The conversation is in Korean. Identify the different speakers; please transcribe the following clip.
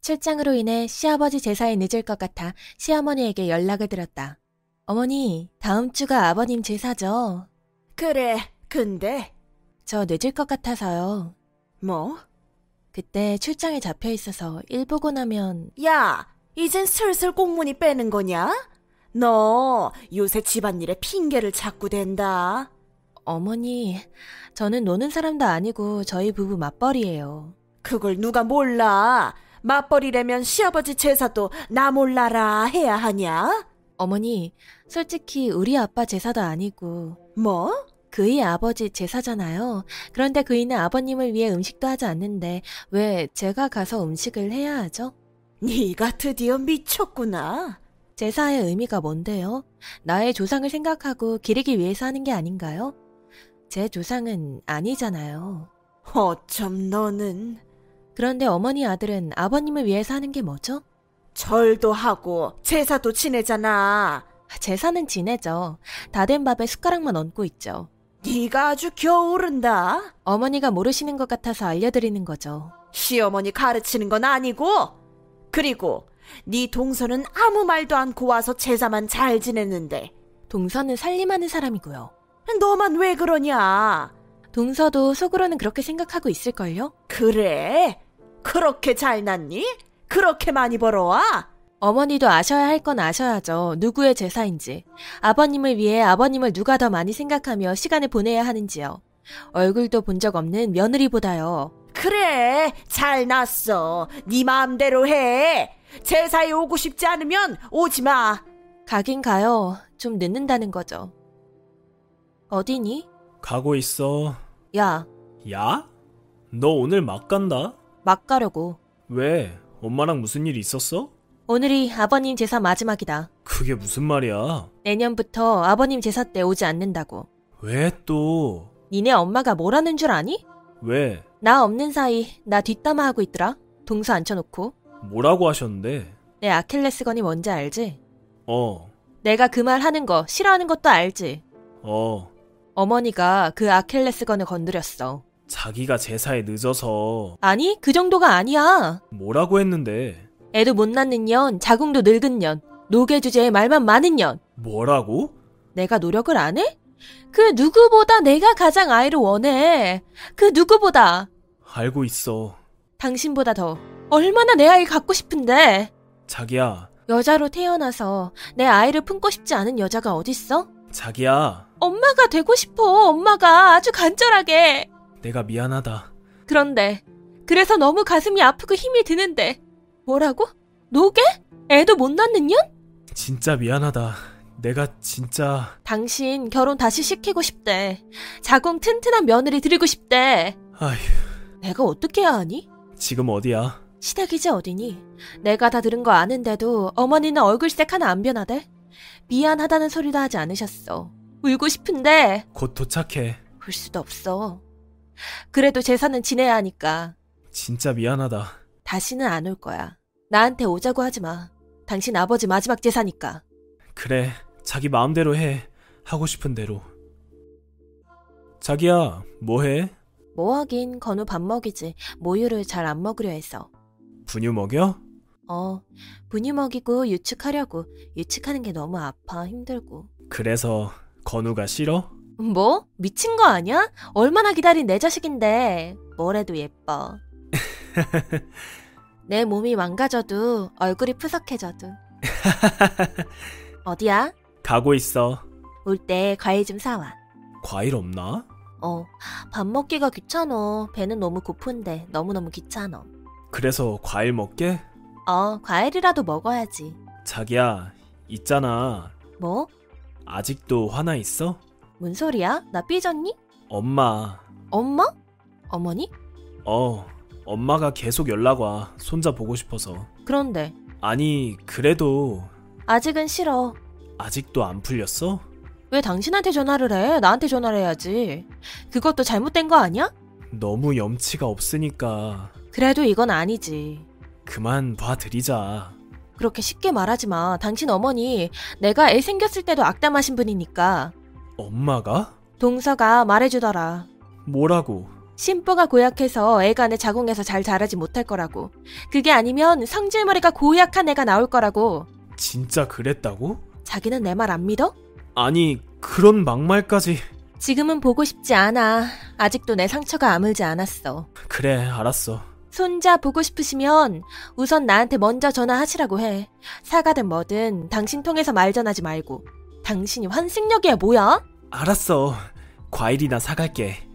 Speaker 1: 출장으로 인해 시아버지 제사에 늦을 것 같아 시어머니에게 연락을 드렸다. 어머니, 다음 주가 아버님 제사죠?
Speaker 2: 그래, 근데,
Speaker 1: 저 늦을 것 같아서요.
Speaker 2: 뭐?
Speaker 1: 그때 출장에 잡혀 있어서 일 보고 나면
Speaker 2: 야, 이젠 슬슬 꽁무니 빼는 거냐? 너, 요새 집안일에 핑계를 자꾸 댄다.
Speaker 1: 어머니, 저는 노는 사람도 아니고 저희 부부 맞벌이에요.
Speaker 2: 그걸 누가 몰라. 맞벌이라면 시아버지 제사도 나 몰라라 해야 하냐?
Speaker 1: 어머니, 솔직히 우리 아빠 제사도 아니고
Speaker 2: 뭐?
Speaker 1: 그의 아버지 제사잖아요. 그런데 그이는 아버님을 위해 음식도 하지 않는데 왜 제가 가서 음식을 해야 하죠?
Speaker 2: 네가 드디어 미쳤구나.
Speaker 1: 제사의 의미가 뭔데요? 나의 조상을 생각하고 기리기 위해서 하는 게 아닌가요? 제 조상은 아니잖아요.
Speaker 2: 어쩜 너는
Speaker 1: 그런데 어머니 아들은 아버님을 위해서 하는 게 뭐죠?
Speaker 2: 절도 하고 제사도 지내잖아.
Speaker 1: 제사는 지내죠. 다 된 밥에 숟가락만 얹고 있죠.
Speaker 2: 네가 아주 겨우른다.
Speaker 1: 어머니가 모르시는 것 같아서 알려드리는 거죠.
Speaker 2: 시어머니 가르치는 건 아니고. 그리고 네 동서는 아무 말도 않고 와서 제사만 잘 지냈는데
Speaker 1: 동서는 살림하는 사람이고요.
Speaker 2: 너만 왜 그러냐?
Speaker 1: 동서도 속으로는 그렇게 생각하고 있을걸요?
Speaker 2: 그래? 그렇게 잘났니? 그렇게 많이 벌어와?
Speaker 1: 어머니도 아셔야 할 건 아셔야죠. 누구의 제사인지. 아버님을 위해 아버님을 누가 더 많이 생각하며 시간을 보내야 하는지요. 얼굴도 본 적 없는 며느리보다요.
Speaker 2: 그래 잘났어 네 마음대로 해 제사에 오고 싶지 않으면 오지 마
Speaker 1: 가긴 가요. 좀 늦는다는 거죠. 어디니?
Speaker 3: 가고 있어.
Speaker 1: 야,
Speaker 3: 야? 너 오늘 막 간다?
Speaker 1: 막 가려고.
Speaker 3: 왜? 엄마랑 무슨 일 있었어?
Speaker 1: 오늘이 아버님 제사 마지막이다.
Speaker 3: 그게 무슨 말이야?
Speaker 1: 내년부터 아버님 제사 때 오지 않는다고.
Speaker 3: 왜 또?
Speaker 1: 니네 엄마가 뭐라는 줄 아니?
Speaker 3: 왜?
Speaker 1: 나 없는 사이 나 뒷담화하고 있더라. 동서 앉혀놓고.
Speaker 3: 뭐라고 하셨는데?
Speaker 1: 내 아킬레스건이 뭔지 알지?
Speaker 3: 어,
Speaker 1: 내가 그 말 하는 거 싫어하는 것도 알지?
Speaker 3: 어.
Speaker 1: 어머니가 그 아킬레스건을 건드렸어.
Speaker 3: 자기가 제사에 늦어서
Speaker 1: 아니, 그 정도가 아니야.
Speaker 3: 뭐라고 했는데?
Speaker 1: 애도 못 낳는 년, 자궁도 늙은 년, 노계 주제에 말만 많은 년.
Speaker 3: 뭐라고?
Speaker 1: 내가 노력을 안 해? 그 누구보다 내가 가장 아이를 원해. 그 누구보다.
Speaker 3: 알고 있어.
Speaker 1: 당신보다 더 얼마나 내 아이 갖고 싶은데
Speaker 3: 자기야,
Speaker 1: 여자로 태어나서 내 아이를 품고 싶지 않은 여자가 어딨어?
Speaker 3: 자기야.
Speaker 1: 엄마가 되고 싶어 엄마가 아주 간절하게
Speaker 3: 내가 미안하다.
Speaker 1: 그런데 그래서 너무 가슴이 아프고 힘이 드는데 뭐라고? 노게? 애도 못 낳는 년?
Speaker 3: 진짜 미안하다. 내가 진짜
Speaker 1: 당신 결혼 다시 시키고 싶대 자궁 튼튼한 며느리 드리고 싶대
Speaker 3: 아휴,
Speaker 1: 내가 어떻게 해야 하니?
Speaker 3: 지금 어디야?
Speaker 1: 시댁이지 어디니? 내가 다 들은 거 아는데도 어머니는 얼굴색 하나 안 변하대? 미안하다는 소리도 하지 않으셨어. 울고 싶은데
Speaker 3: 곧 도착해.
Speaker 1: 울 수도 없어. 그래도 제사는 지내야 하니까
Speaker 3: 진짜 미안하다.
Speaker 1: 다시는 안 올 거야. 나한테 오자고 하지 마. 당신 아버지 마지막 제사니까.
Speaker 3: 그래, 자기 마음대로 해. 하고 싶은 대로. 자기야, 뭐 해?
Speaker 1: 뭐 하긴 건우 밥 먹이지. 모유를 잘 안 먹으려 해서.
Speaker 3: 분유 먹여?
Speaker 1: 어, 분유 먹이고 유축하려고. 유축하는 게 너무 아파 힘들고.
Speaker 3: 그래서 건우가 싫어?
Speaker 1: 뭐? 미친 거 아니야? 얼마나 기다린 내 자식인데 뭐래도 예뻐. 내 몸이 망가져도 얼굴이 푸석해져도 어디야?
Speaker 3: 가고 있어.
Speaker 1: 올 때 과일 좀 사와.
Speaker 3: 과일 없나?
Speaker 1: 어, 밥 먹기가 귀찮어. 배는 너무 고픈데 너무너무 귀찮어.
Speaker 3: 그래서 과일 먹게?
Speaker 1: 어, 과일이라도 먹어야지.
Speaker 3: 자기야, 있잖아.
Speaker 1: 뭐?
Speaker 3: 아직도 화나 있어?
Speaker 1: 뭔 소리야? 나 삐졌니?
Speaker 3: 엄마.
Speaker 1: 엄마? 어머니?
Speaker 3: 어, 엄마가 계속 연락 와. 손자 보고 싶어서.
Speaker 1: 그런데
Speaker 3: 아니, 그래도
Speaker 1: 아직은 싫어.
Speaker 3: 아직도 안 풀렸어?
Speaker 1: 왜 당신한테 전화를 해? 나한테 전화를 해야지. 그것도 잘못된 거 아니야?
Speaker 3: 너무 염치가 없으니까
Speaker 1: 그래도 이건 아니지.
Speaker 3: 그만 봐드리자.
Speaker 1: 그렇게 쉽게 말하지 마. 당신 어머니, 내가 애 생겼을 때도 악담하신 분이니까.
Speaker 3: 엄마가?
Speaker 1: 동서가 말해주더라.
Speaker 3: 뭐라고?
Speaker 1: 심보가 고약해서 애가 내 자궁에서 잘 자라지 못할 거라고. 그게 아니면 성질머리가 고약한 애가 나올 거라고.
Speaker 3: 진짜 그랬다고?
Speaker 1: 자기는 내 말 안 믿어?
Speaker 3: 아니 그런 막말까지
Speaker 1: 지금은 보고 싶지 않아. 아직도 내 상처가 아물지 않았어.
Speaker 3: 그래 알았어
Speaker 1: 손자 보고 싶으시면 우선 나한테 먼저 전화하시라고 해. 사과든 뭐든 당신 통해서 말 전하지 말고. 당신이 환승역이야 뭐야?
Speaker 3: 알았어 과일이나 사갈게